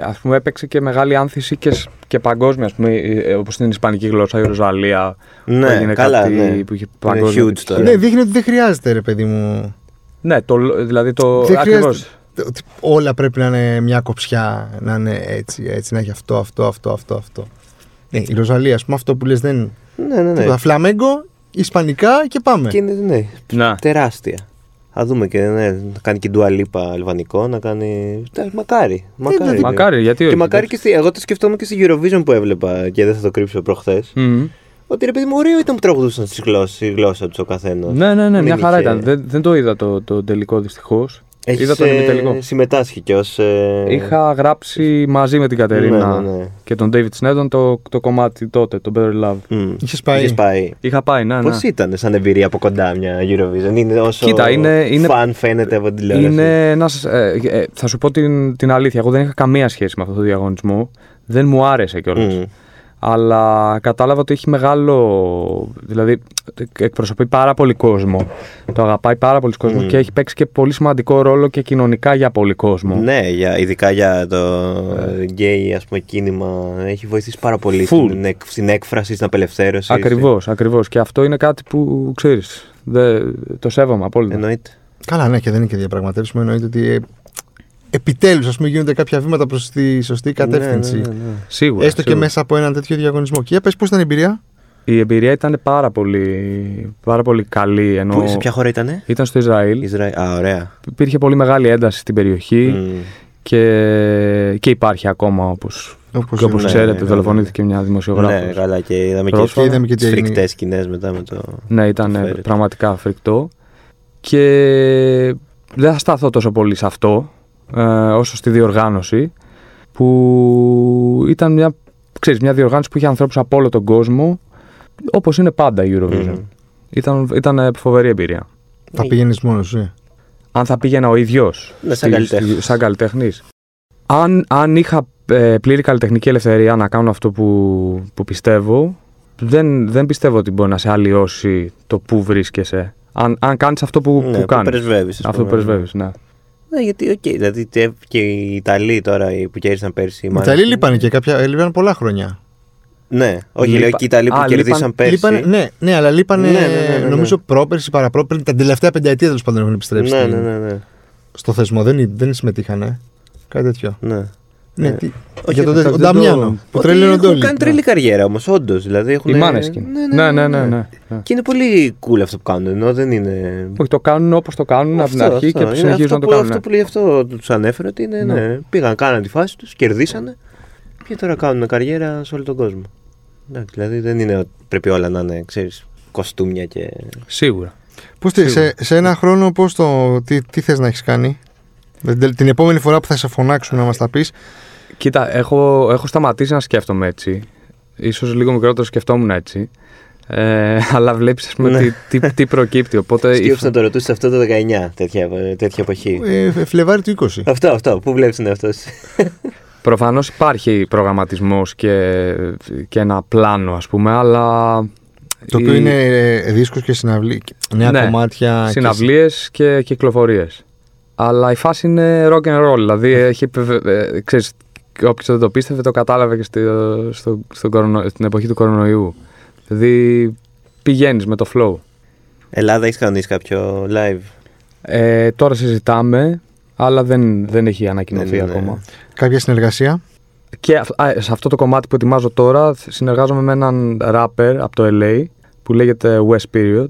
Speaker 3: ας πούμε έπαιξε και μεγάλη άνθηση και, σ- και παγκόσμια ας πούμε ε, ε, όπως στην Ισπανική γλώσσα η Ροζαλία
Speaker 2: Ναι,
Speaker 3: που έγινε
Speaker 2: καλά,
Speaker 3: κάτι
Speaker 2: ναι.
Speaker 3: που είχε
Speaker 2: Είναι
Speaker 3: παγκόσμια
Speaker 2: huge
Speaker 3: επιτυχία.
Speaker 2: τώρα.
Speaker 1: Ναι, δείχνει ότι δεν χρειάζεται, ρε παιδί μου.
Speaker 3: Ναι, το, λ- δηλαδή το
Speaker 1: δεν
Speaker 3: ακριβώς.
Speaker 1: χρειάζεται. Ότι όλα πρέπει να είναι μια κοψιά, να είναι έτσι, έτσι, να έχει αυτό, αυτό, αυτό, αυτό. αυτό. Ναι, η Ροζαλία, ας πούμε, αυτό που λες δεν είναι.
Speaker 2: Ναι, ναι, ναι.
Speaker 1: τίποτα. Φλαμέγκο, Ισπανικά και πάμε.
Speaker 2: Και είναι ναι,
Speaker 3: Να.
Speaker 2: τεράστια. Θα δούμε και ναι, να κάνει και ντουαλίπα αλβανικό, να κάνει. Εντάξει, Μακάρι.
Speaker 1: δεν-
Speaker 2: Μακάρι.
Speaker 3: Ε, Μακάρι, γιατί όχι.
Speaker 2: Και μακάρι και στη, εγώ το σκεφτόμουν και στη Eurovision που έβλεπα και δεν θα το κρύψω προχθές.
Speaker 3: Μμμ.
Speaker 2: Ότι ρε παιδί μου, ωραίο ήταν που τραγουδούσαν στη γλώσσα, η γλώσσα τους ο καθένας.
Speaker 3: Ναι, ναι, ναι,
Speaker 2: Δεν
Speaker 3: μια χαρά
Speaker 2: είχε-
Speaker 3: ήταν. Δεν, δεν το είδα το, το τελικό δυστυχώς.
Speaker 2: Έχεις,
Speaker 3: Είδα τον
Speaker 2: ε,
Speaker 3: ημιτελικό.
Speaker 2: συμμετάσχει και ως. Ε...
Speaker 3: Είχα γράψει μαζί με την Κατερίνα
Speaker 2: Ναι, ναι, ναι.
Speaker 3: και τον David Snedden το, το κομμάτι τότε, το Better Love.
Speaker 2: Μμ.
Speaker 1: Είχες πάει.
Speaker 2: Είχες πάει.
Speaker 3: Είχα πάει, ναι, να,
Speaker 2: Πώ ήταν σαν εμπειρία από κοντά μια Eurovision, είναι όσο
Speaker 3: Κοίτα, είναι- είναι-
Speaker 2: φαν φαίνεται από την τηλεόραση.
Speaker 3: Είναι ένας, ε, ε, θα
Speaker 2: Mm.
Speaker 3: σου πω την, την αλήθεια. Εγώ δεν είχα καμία σχέση με αυτό το διαγωνισμό. Δεν μου άρεσε κιόλας.
Speaker 2: Μμ.
Speaker 3: αλλά κατάλαβα ότι έχει μεγάλο. Δηλαδή, εκπροσωπεί πάρα πολύ κόσμο. Το αγαπάει πάρα πολύ κόσμο
Speaker 2: Μμμ.
Speaker 3: και έχει παίξει και πολύ σημαντικό ρόλο και κοινωνικά για πολύ κόσμο.
Speaker 2: Ναι, για, ειδικά για το
Speaker 1: Ε.
Speaker 2: γκέι ας πούμε, κίνημα έχει βοηθήσει πάρα πολύ
Speaker 3: Full.
Speaker 2: στην, εκ- στην έκφραση, στην απελευθέρωση.
Speaker 3: Ακριβώς,
Speaker 2: ναι.
Speaker 3: ακριβώς. Και αυτό είναι κάτι που ξέρεις. Το σέβομαι απόλυτα.
Speaker 2: Εννοείται.
Speaker 1: Καλά, ναι, και δεν είναι και διαπραγματεύσιμο. Εννοείται ότι ε, επιτέλους ας πούμε, γίνονται κάποια βήματα προς τη σωστή κατεύθυνση.
Speaker 2: Ναι, ναι, ναι, ναι.
Speaker 3: Σίγουρα.
Speaker 1: Έστω και
Speaker 3: σίγουρα.
Speaker 1: μέσα από έναν τέτοιο διαγωνισμό. Και για πες, πώς ήταν η εμπειρία.
Speaker 3: Η εμπειρία ήταν πάρα πολύ, πάρα πολύ καλή. Ενώ
Speaker 2: Πού, σε ποια χώρα ήτανε?
Speaker 3: Ήταν στο Ισραήλ.
Speaker 2: Ισραήλ. Α, ωραία.
Speaker 3: Υπήρχε πολύ μεγάλη ένταση στην περιοχή
Speaker 2: Μμ.
Speaker 3: και, και υπάρχει ακόμα όπως,
Speaker 1: Όπως
Speaker 3: και όπως
Speaker 1: είναι.
Speaker 2: ναι,
Speaker 3: ξέρετε
Speaker 2: ναι, ναι.
Speaker 3: δολοφονήθηκε μια δημοσιογράφος.
Speaker 2: Ναι, καλά και είδαμε
Speaker 1: Και
Speaker 2: και
Speaker 3: Πρόσφατα.
Speaker 1: είδαμε και τι
Speaker 2: τις
Speaker 1: έγινε.
Speaker 2: φρικτές σκηνές μετά με το...
Speaker 3: Ναι, ήταν ε,
Speaker 2: Φέρετε.
Speaker 3: πραγματικά φρικτό. Και δεν θα σταθώ τόσο πολύ σε αυτό, ε, όσο στη διοργάνωση, που ήταν μια, ξέρεις, μια διοργάνωση που είχε ανθρώπους από όλο τον κόσμο, όπως είναι πάντα η Eurovision.
Speaker 2: Μμμ.
Speaker 3: Ήταν, ήταν ε, φοβερή εμπειρία.
Speaker 1: Θα πηγαίνεις μόνος σου. ε.
Speaker 3: Αν θα πήγαινα ο ίδιος.
Speaker 2: Ναι, σαν καλλιτέχνης.
Speaker 3: Σαν καλλιτέχνης. Αν, αν είχα ε, πλήρη καλλιτεχνική ελευθερία να κάνω αυτό που, που πιστεύω, δεν, δεν πιστεύω ότι μπορεί να σε αλλοιώσει το που βρίσκεσαι. Αν, αν κάνεις αυτό που,
Speaker 2: Ναι,
Speaker 3: που κάνεις.
Speaker 2: πρεσβεύεις, ας
Speaker 3: Αυτό που
Speaker 2: πούμε.
Speaker 3: πρεσβεύεις, ναι.
Speaker 2: Ναι, γιατί, οκ, δηλαδή τε- και οι Ιταλοί τώρα οι που κέρδισαν πέρσι.
Speaker 1: Οι Ιταλοί λείπανε και κάποια. ε, Λείπανε πολλά χρόνια.
Speaker 2: Ναι, όχι,
Speaker 3: Λείπα-
Speaker 2: λέω και οι Ιταλοί που
Speaker 3: Α,
Speaker 2: κερδίσαν
Speaker 3: λείπαν-
Speaker 2: πέρσι.
Speaker 1: Λείπανε, ναι, ναι, αλλά λείπανε
Speaker 2: Ναι, ναι, ναι, ναι, ναι.
Speaker 1: νομίζω πρόπερση, παραπρόπερση. Τα τελευταία πενταετία τέλος πάντων έχουν επιστρέψει
Speaker 2: ναι,
Speaker 1: στην-
Speaker 2: ναι, ναι, ναι,
Speaker 1: στο θεσμό. Δεν, δεν συμμετείχαν. ε. Κάτι τέτοιο.
Speaker 2: ναι.
Speaker 1: Ναι,
Speaker 2: Ναι.
Speaker 1: τι,
Speaker 2: Όχι,
Speaker 1: για τον
Speaker 2: δεν
Speaker 1: τέτοιο.
Speaker 2: το-
Speaker 1: τον
Speaker 2: δεν το-
Speaker 1: Νταμιάνο. Που
Speaker 2: Ότι
Speaker 1: τρέλαινε
Speaker 2: έχουν
Speaker 1: τον
Speaker 2: κάνει τρελή καριέρα όμως, όντως. Δηλαδή έχουν.
Speaker 3: Η Måneskin. Ναι, ναι, ναι, ναι. ναι.
Speaker 2: Και είναι πολύ cool αυτό που κάνουν. Ενώ δεν είναι.
Speaker 3: Όχι, το κάνουν όπως το κάνουν από την
Speaker 2: Αυτό,
Speaker 3: αρχή
Speaker 2: αυτό.
Speaker 3: και
Speaker 2: Είναι
Speaker 3: συνεχίζουν
Speaker 2: αυτό
Speaker 3: να το
Speaker 2: που-
Speaker 3: κάνουν.
Speaker 2: Αυτό που λέει αυτό τους ανέφερε ότι είναι.
Speaker 3: Ναι.
Speaker 2: ναι, Πήγαν, κάναν τη φάση τους, κερδίσανε και τώρα κάνουν καριέρα σε όλο τον κόσμο. Εντάξει, Δηλαδή δεν είναι ότι πρέπει όλα να είναι, ξέρεις, κοστούμια και.
Speaker 3: Σίγουρα.
Speaker 1: Πώς τι, σε, σε ένα χρόνο πώς το, τι, τι θες να έχεις κάνει Δεν- δεν- Την επόμενη φορά που θα σε φωνάξουν να μας τα πεις
Speaker 3: Κοίτα, έχω, έχω σταματήσει να σκέφτομαι έτσι. Ίσως λίγο μικρότερο σκεφτόμουν έτσι. Ε, <laughs> αλλά βλέπεις ας πούμε,
Speaker 2: Ναι.
Speaker 3: τι, τι, τι προκύπτει. Οπότε Ε, η
Speaker 2: <laughs> Σκέψτε να το ρωτούσες αυτό το 19 τέτοια, τέτοια εποχή.
Speaker 1: ε, Φε- Φλεβάρι του 20
Speaker 2: Αυτό, αυτό. Πού βλέπεις είναι αυτό.
Speaker 3: Προφανώς υπάρχει προγραμματισμός και, και ένα πλάνο ας πούμε, αλλά...
Speaker 1: Το οποίο είναι ε, δίσκος και συναυλή και Νέα
Speaker 3: Ναι.
Speaker 1: κομμάτια και-
Speaker 3: συναυλίες και κυκλοφορίες. Αλλά η φάση είναι rock and roll, δηλαδή
Speaker 2: Ναι.
Speaker 3: έχει, επιβε- ε, ξέρεις, όποιος δεν το πίστευε το κατάλαβε και στη, στο, στον κορονο- στην εποχή του κορονοϊού. Δηλαδή πηγαίνεις με το flow.
Speaker 2: Ελλάδα έχεις κανονίσει κάποιο live.
Speaker 3: Ε, τώρα συζητάμε, αλλά δεν, δεν έχει ανακοινωθεί
Speaker 2: Δεν είναι.
Speaker 3: ακόμα.
Speaker 1: Κάποια συνεργασία
Speaker 3: Και αυ- α, σε αυτό το κομμάτι που ετοιμάζω τώρα θ- συνεργάζομαι με έναν rapper από το LA που λέγεται West Period.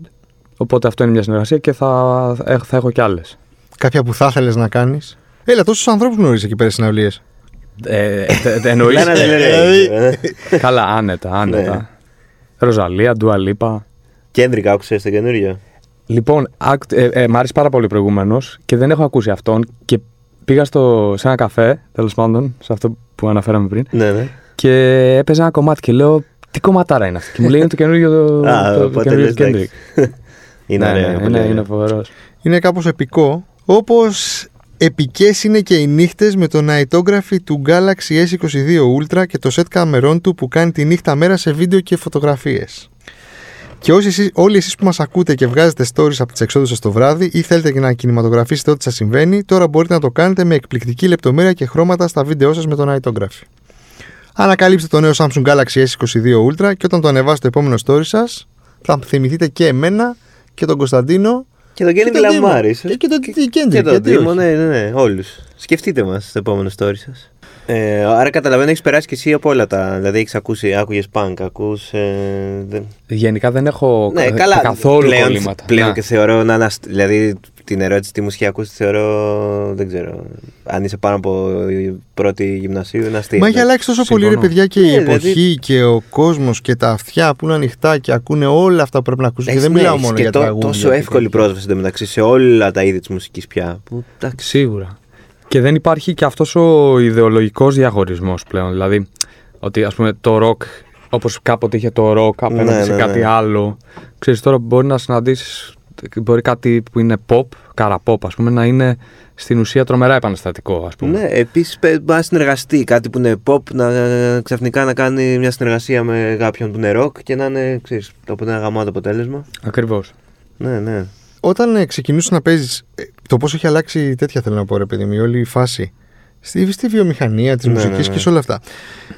Speaker 3: Οπότε αυτό είναι μια συνεργασία και θα, θα έχ- θα έχω κι άλλες.
Speaker 1: Κάποια που θα ήθελες να κάνεις Έλα τόσους ανθρώπους γνωρίζεις εκεί πέρα στις συναυλίες
Speaker 3: Ε, δε- δε- εννοείς. Ε,
Speaker 2: Λάνα Del Rey.
Speaker 1: δηλαδή-
Speaker 3: Καλά, άνετα,
Speaker 2: Ναι.
Speaker 3: άνετα. Ροζαλία, Ντουαλίπα.
Speaker 2: Κέντρικ άκουσε το καινούριο.
Speaker 3: Λοιπόν, άκου- ε, ε, μ' άρεσε πάρα πολύ προηγούμενος και δεν έχω ακούσει αυτόν και πήγα στο, σε ένα καφέ, τέλος πάντων, σε αυτό που αναφέραμε πριν,
Speaker 2: Ναι, ναι.
Speaker 3: Και έπαιζε ένα κομμάτι και λέω τι κομματάρα είναι αυτή. Και μου λέει είναι το καινούργιο το,
Speaker 2: <laughs> Α,
Speaker 3: το
Speaker 2: οπότε
Speaker 3: καινούργιο
Speaker 2: λες,
Speaker 3: του Kendrick.
Speaker 2: εντάξει. <laughs> Είναι
Speaker 3: Ναι,
Speaker 2: ωραίο.
Speaker 3: ναι,
Speaker 2: πολύ
Speaker 3: είναι,
Speaker 2: ωραίο.
Speaker 3: είναι φοβερός.
Speaker 1: Είναι κάπως επικό Όπως επικές είναι και οι νύχτες με τον αιτόγραφη του Galaxy S22 Ultra και το set καμερών του που κάνει τη νύχτα μέρα σε βίντεο και φωτογραφίες. Και όσοι εσείς, όλοι εσείς που μας ακούτε και βγάζετε stories από τις εξόδους σας το βράδυ ή θέλετε και να κινηματογραφήσετε ό,τι σας συμβαίνει, τώρα μπορείτε να το κάνετε με εκπληκτική λεπτομέρεια και χρώματα στα βίντεό σας με τον αιτόγραφη. Ανακαλύψτε το νέο Samsung Galaxy S22 Ultra και όταν το ανεβάσετε το επόμενο story σας θα θυμηθείτε και εμένα και τον Κωνσταντίνο
Speaker 2: Και τον Κέντρικ
Speaker 1: τον Δήμο.
Speaker 2: Λαμάρ, ίσως.
Speaker 1: Και- και τον Κέντρικ,
Speaker 2: ε, Και τον
Speaker 1: γιατί
Speaker 2: Δήμο,
Speaker 1: όχι.
Speaker 2: ναι, ναι, ναι. Όλους. Σκεφτείτε μας στο επόμενο story σας. Ε, άρα καταλαβαίνω έχεις περάσει και εσύ από όλα τα. Δηλαδή έχεις ακούσει, άκουγες punk, ακούς... Ε, δε-
Speaker 3: Γενικά δεν έχω
Speaker 2: Ναι,
Speaker 3: κα-
Speaker 2: καλά.
Speaker 3: καθόλου
Speaker 2: πλέον,
Speaker 3: κολλήματα.
Speaker 2: Πλέον
Speaker 3: Να.
Speaker 2: και θεωρώ να ανασ... Δηλαδή την ερώτηση τι μουσική ακούς τη θεωρώ. Δεν ξέρω. Αν είσαι πάνω από πρώτη γυμνασίου, είναι αστείο.
Speaker 1: Μα έχει αλλάξει τόσο πολύ ρε
Speaker 3: Συμφωνώ.
Speaker 1: παιδιά και η
Speaker 2: Ναι, δηλαδή-
Speaker 1: εποχή και ο κόσμος και τα αυτιά που είναι ανοιχτά και ακούνε όλα αυτά που πρέπει να ακούσουν. Και
Speaker 2: Έχεις,
Speaker 1: δεν
Speaker 2: ναι,
Speaker 1: μιλάω
Speaker 2: έχεις
Speaker 1: μόνο
Speaker 2: και
Speaker 1: για
Speaker 2: το-
Speaker 1: τραγούδια.
Speaker 2: Τόσο
Speaker 1: και
Speaker 2: εύκολη
Speaker 1: τέτοια.
Speaker 2: πρόσβαση εντωμεταξύ σε όλα τα είδη της μουσικής πια. Που, εντάξει.
Speaker 3: Σίγουρα. Και δεν υπάρχει και αυτός ο ιδεολογικός διαχωρισμός πλέον. Δηλαδή, ότι ας πούμε το rock, όπως κάποτε είχε το rock απέναντι
Speaker 2: Ναι,
Speaker 3: σε
Speaker 2: ναι,
Speaker 3: κάτι
Speaker 2: ναι.
Speaker 3: άλλο. Ξέρεις, τώρα μπορεί να συναντήσεις μπορεί κάτι που είναι pop, καραπόπ, ας πούμε, να είναι στην ουσία τρομερά επαναστατικό, ας πούμε.
Speaker 2: Ναι, επίσης μπορεί να συνεργαστεί κάτι που είναι pop, να, ε, ξαφνικά να κάνει μια συνεργασία με κάποιον που είναι rock και να είναι, ξέρεις, το που είναι ένα γαμάτο αποτέλεσμα.
Speaker 3: Ακριβώς.
Speaker 2: Ναι, ναι.
Speaker 1: Όταν ε, ξεκινούσες να παίζεις. Το πώς έχει αλλάξει τέτοια θέλω να πω, ρε παιδί μου, η όλη η φάση. Στη, στη βιομηχανία, της
Speaker 2: Ναι,
Speaker 1: μουσικής
Speaker 2: ναι, ναι.
Speaker 1: και σε όλα αυτά.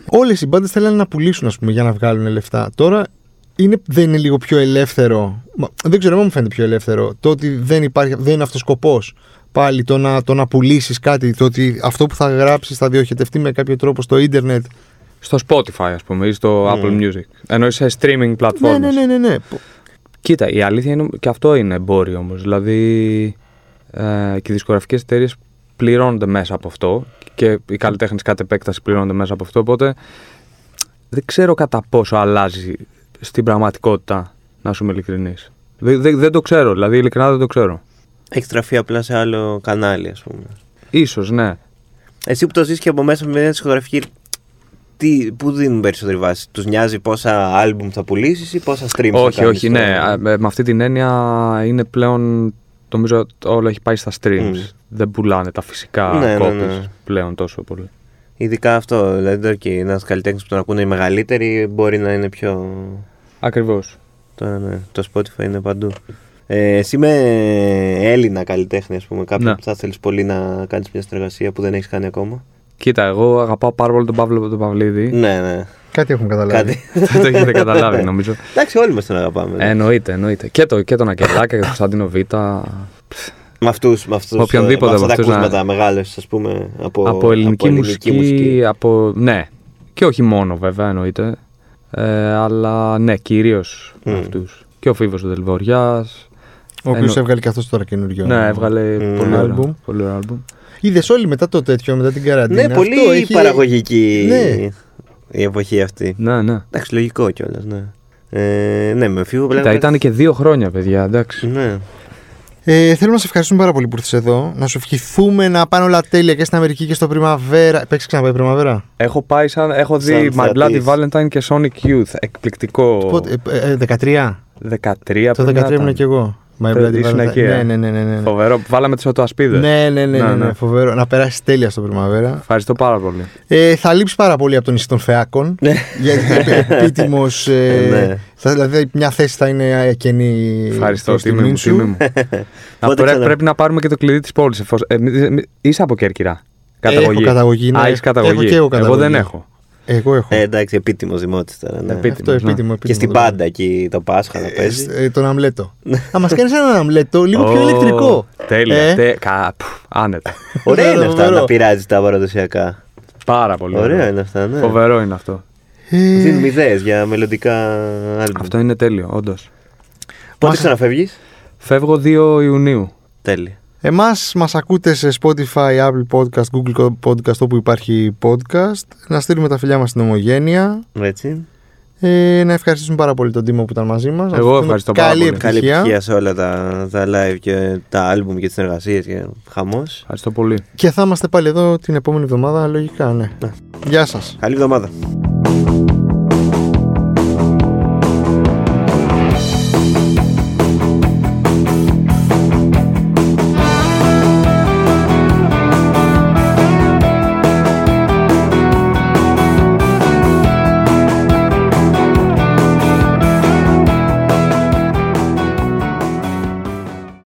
Speaker 1: Όλες οι μπάντες θέλανε να πουλήσουν, ας πούμε, για να βγάλουν λεφτά. Τώρα είναι, δεν είναι λίγο πιο ελεύθερο. Μα, δεν ξέρω, εμένα μου φαίνεται πιο ελεύθερο. Το ότι δεν, υπάρχει, δεν είναι αυτός σκοπός. Πάλι το να, το να πουλήσεις κάτι, το ότι αυτό που θα γράψεις θα διοχετευτεί με κάποιο τρόπο στο ίντερνετ.
Speaker 3: Στο Spotify, ας πούμε, ή στο Apple Music. Ενώ σε streaming
Speaker 1: Ναι,
Speaker 3: platforms.
Speaker 1: ναι, ναι, ναι. ναι. Πο-
Speaker 3: Κοίτα, η αλήθεια είναι και αυτό είναι εμπόριο όμως. Δηλαδή ε, και οι δισκογραφικές εταιρείες πληρώνονται μέσα από αυτό και οι καλλιτέχνες κατ' επέκταση πληρώνονται μέσα από αυτό. Οπότε δεν ξέρω κατά πόσο αλλάζει στην πραγματικότητα, να σου είμαι ειλικρινής. δεν το ξέρω, δηλαδή ειλικρινά δεν το ξέρω.
Speaker 2: Έχει στραφεί απλά σε άλλο κανάλι, ας πούμε.
Speaker 3: Ίσως, ναι.
Speaker 2: Εσύ που το ζεις και από μέσα με μια δισκογραφική, τι, πού δίνουν περισσότερη βάση. Τους νοιάζει πόσα album θα πουλήσεις ή πόσα stream θα
Speaker 3: όχι,
Speaker 2: κάνεις
Speaker 3: όχι,
Speaker 2: στο-
Speaker 3: ναι. α, Με με αυτή την έννοια είναι πλέον. Νομίζω όλο έχει πάει στα streams.
Speaker 2: Μμ.
Speaker 3: Δεν πουλάνε τα φυσικά
Speaker 2: Mm. Ναι, ναι,
Speaker 3: copies
Speaker 2: ναι. πλέον
Speaker 3: πλέον τόσο πολύ.
Speaker 2: Ειδικά αυτό. Δηλαδή, και ένα καλλιτέχνη που τον ακούνε οι μεγαλύτεροι μπορεί να είναι πιο.
Speaker 3: Ακριβώς.
Speaker 2: Τώρα, ναι, το Spotify είναι παντού. Ε, εσύ είμαι Έλληνα καλλιτέχνη, ας πούμε. Κάποιο
Speaker 3: Ναι.
Speaker 2: που θα θέλεις πολύ να κάνεις μια συνεργασία που δεν έχεις κάνει ακόμα.
Speaker 3: Κοίτα, εγώ αγαπάω πάρα πολύ τον Παύλο τον <laughs> Παυλίδη.
Speaker 2: Ναι, ναι.
Speaker 1: Κάτι έχουν καταλάβει.
Speaker 2: Κάτι. <laughs>
Speaker 3: Θα το έχετε καταλάβει, νομίζω.
Speaker 2: Εντάξει, όλοι μας τον
Speaker 3: Ε,
Speaker 2: αγαπάμε.
Speaker 3: εννοείται, εννοείται. Και, το, και τον Ακελάκα και τον Κωνσταντίνο Β.
Speaker 2: με αυτούς. Με αυτούς,
Speaker 3: Με οποιονδήποτε
Speaker 2: ε, με αυτά
Speaker 3: από αυτούς
Speaker 2: τα
Speaker 3: να-
Speaker 2: ακούσματα μεγάλες, ας πούμε. Από,
Speaker 3: από ελληνική, μουσική, από. Ναι. Και όχι μόνο, βέβαια, εννοείται. Ε, αλλά ναι, κυρίως
Speaker 2: Μμ.
Speaker 3: με αυτούς. Και ο Φίβος ο Δελβοριά.
Speaker 1: Ο οποίος
Speaker 3: Εννο-
Speaker 1: έβγαλε και Mm. αυτός τώρα καινούριο.
Speaker 3: Ναι, έβγαλε
Speaker 2: Μμ.
Speaker 3: πολύ,
Speaker 1: Άλμπουμ.
Speaker 3: ωραίο, πολύ ωραίο άλμπουμ.
Speaker 1: Είδες όλοι μετά το τέτοιο, μετά την
Speaker 3: ε,
Speaker 1: καραντίνα.
Speaker 2: Ναι, πολύ
Speaker 1: Αυτό έχει-
Speaker 2: παραγωγική
Speaker 1: Ναι.
Speaker 2: η εποχή αυτή.
Speaker 3: Ναι, ναι.
Speaker 2: Εντάξει, λογικό κιόλας, ναι. Ε, ναι, με φίβο
Speaker 3: Κοίτα, ήταν και δύο χρόνια, παιδιά, εντάξει.
Speaker 2: Ναι.
Speaker 1: Ε, θέλω να σε ευχαριστούμε πάρα πολύ που ήρθες εδώ. Να σου ευχηθούμε να πάνε όλα τέλεια και στην Αμερική και στο Πριμαβέρα. Παίξεις ξαναπάει Πριμαβέρα.
Speaker 3: Έχω πάει σαν. Έχω δει
Speaker 2: Σαν
Speaker 3: My Bloody
Speaker 2: θεατής.
Speaker 3: Valentine και Sonic Youth. Εκπληκτικό.
Speaker 1: Πότε, ε, ε, 13.
Speaker 3: 13
Speaker 1: Το 13 ήμουν και εγώ. My
Speaker 3: Το-
Speaker 1: Bloody
Speaker 3: ήσουν
Speaker 1: Valentine.
Speaker 3: εκεί,
Speaker 1: Ναι,
Speaker 3: ε.
Speaker 1: ναι, ναι, ναι. ναι.
Speaker 3: Φοβερό. Βάλαμε τις οτοασπίδες.
Speaker 1: Ναι, ναι, ναι, ναι,
Speaker 3: Ναι,
Speaker 1: ναι,
Speaker 3: ναι.
Speaker 1: φοβερό. Να περάσει τέλεια στο Πριμαβέρα.
Speaker 3: Ευχαριστώ πάρα πολύ.
Speaker 1: Ε, θα λείψει πάρα πολύ από τον νησί των Φεάκων. γιατί επίτιμος. Ε,
Speaker 2: Ε, ναι.
Speaker 1: θα- δηλαδή, μια θέση θα είναι ε, καινή.
Speaker 3: Ευχαριστώ.
Speaker 1: προς τη
Speaker 3: Τιμή μου.
Speaker 1: μνήμη σου.
Speaker 3: Τιμή μου. Να
Speaker 2: <laughs> Πότε
Speaker 3: πρέ-
Speaker 2: ξανά-
Speaker 3: πρέπει να πάρουμε και το κλειδί της πόλης. Είσαι από Κέρκυρα. Καταγωγή.
Speaker 1: Έχω καταγωγή, ναι.
Speaker 3: Α, είσαι καταγωγή.
Speaker 1: Έχω και εγώ καταγωγή.
Speaker 3: δεν έχω.
Speaker 1: Εγώ έχω.
Speaker 2: Ε, εντάξει, επίτιμος δημότη τώρα. Ναι.
Speaker 3: Επίτιμος,
Speaker 1: Αυτό
Speaker 3: ναι.
Speaker 1: επίτιμο.
Speaker 2: Και στην
Speaker 1: πάντα.
Speaker 2: πάντα εκεί το Πάσχα να
Speaker 1: Ε,
Speaker 2: παίζεις. Ναι.
Speaker 1: ε, τον αμλέτο. Να μας κάνεις έναν αμλέτο λίγο πιο
Speaker 3: Ω,
Speaker 1: ηλεκτρικό.
Speaker 3: Τέλεια.
Speaker 1: Ε,
Speaker 3: τε- κα- πφ,
Speaker 1: <laughs>
Speaker 3: Άνετα.
Speaker 2: Ωραία είναι
Speaker 1: φοβερό,
Speaker 2: αυτά
Speaker 1: φοβερό.
Speaker 2: να πειράζεις τα παραδοσιακά.
Speaker 3: Πάρα πολύ.
Speaker 2: ε, Ωραία είναι αυτά, ναι.
Speaker 3: Φοβερό είναι αυτό.
Speaker 1: ε,
Speaker 2: Δίνουμε ιδέες για μελλοντικά άλμπου.
Speaker 3: Αυτό είναι τέλειο, όντως.
Speaker 2: Πότε ξαναφεύγεις.
Speaker 3: Φεύγω 2 Ιουνίου.
Speaker 2: Τέλεια.
Speaker 1: Εμάς μας ακούτε σε Spotify, Apple Podcast, Google Podcast, όπου υπάρχει podcast. Να στείλουμε τα φιλιά μας στην Ομογένεια.
Speaker 2: Έτσι.
Speaker 1: Ε, να ευχαριστήσουμε πάρα πολύ τον Τίμο που ήταν μαζί μας. Να
Speaker 3: Εγώ
Speaker 1: του πούμε
Speaker 3: ευχαριστώ πάρα πολύ.
Speaker 2: Καλή επιτυχία σε όλα τα, τα live και τα άλμπουμ και τις συνεργασίες και χαμός.
Speaker 3: Ευχαριστώ πολύ.
Speaker 2: Ναι.
Speaker 1: Και θα είμαστε πάλι εδώ την επόμενη εβδομάδα, λογικά, ναι. Γεια σας.
Speaker 2: Καλή εβδομάδα.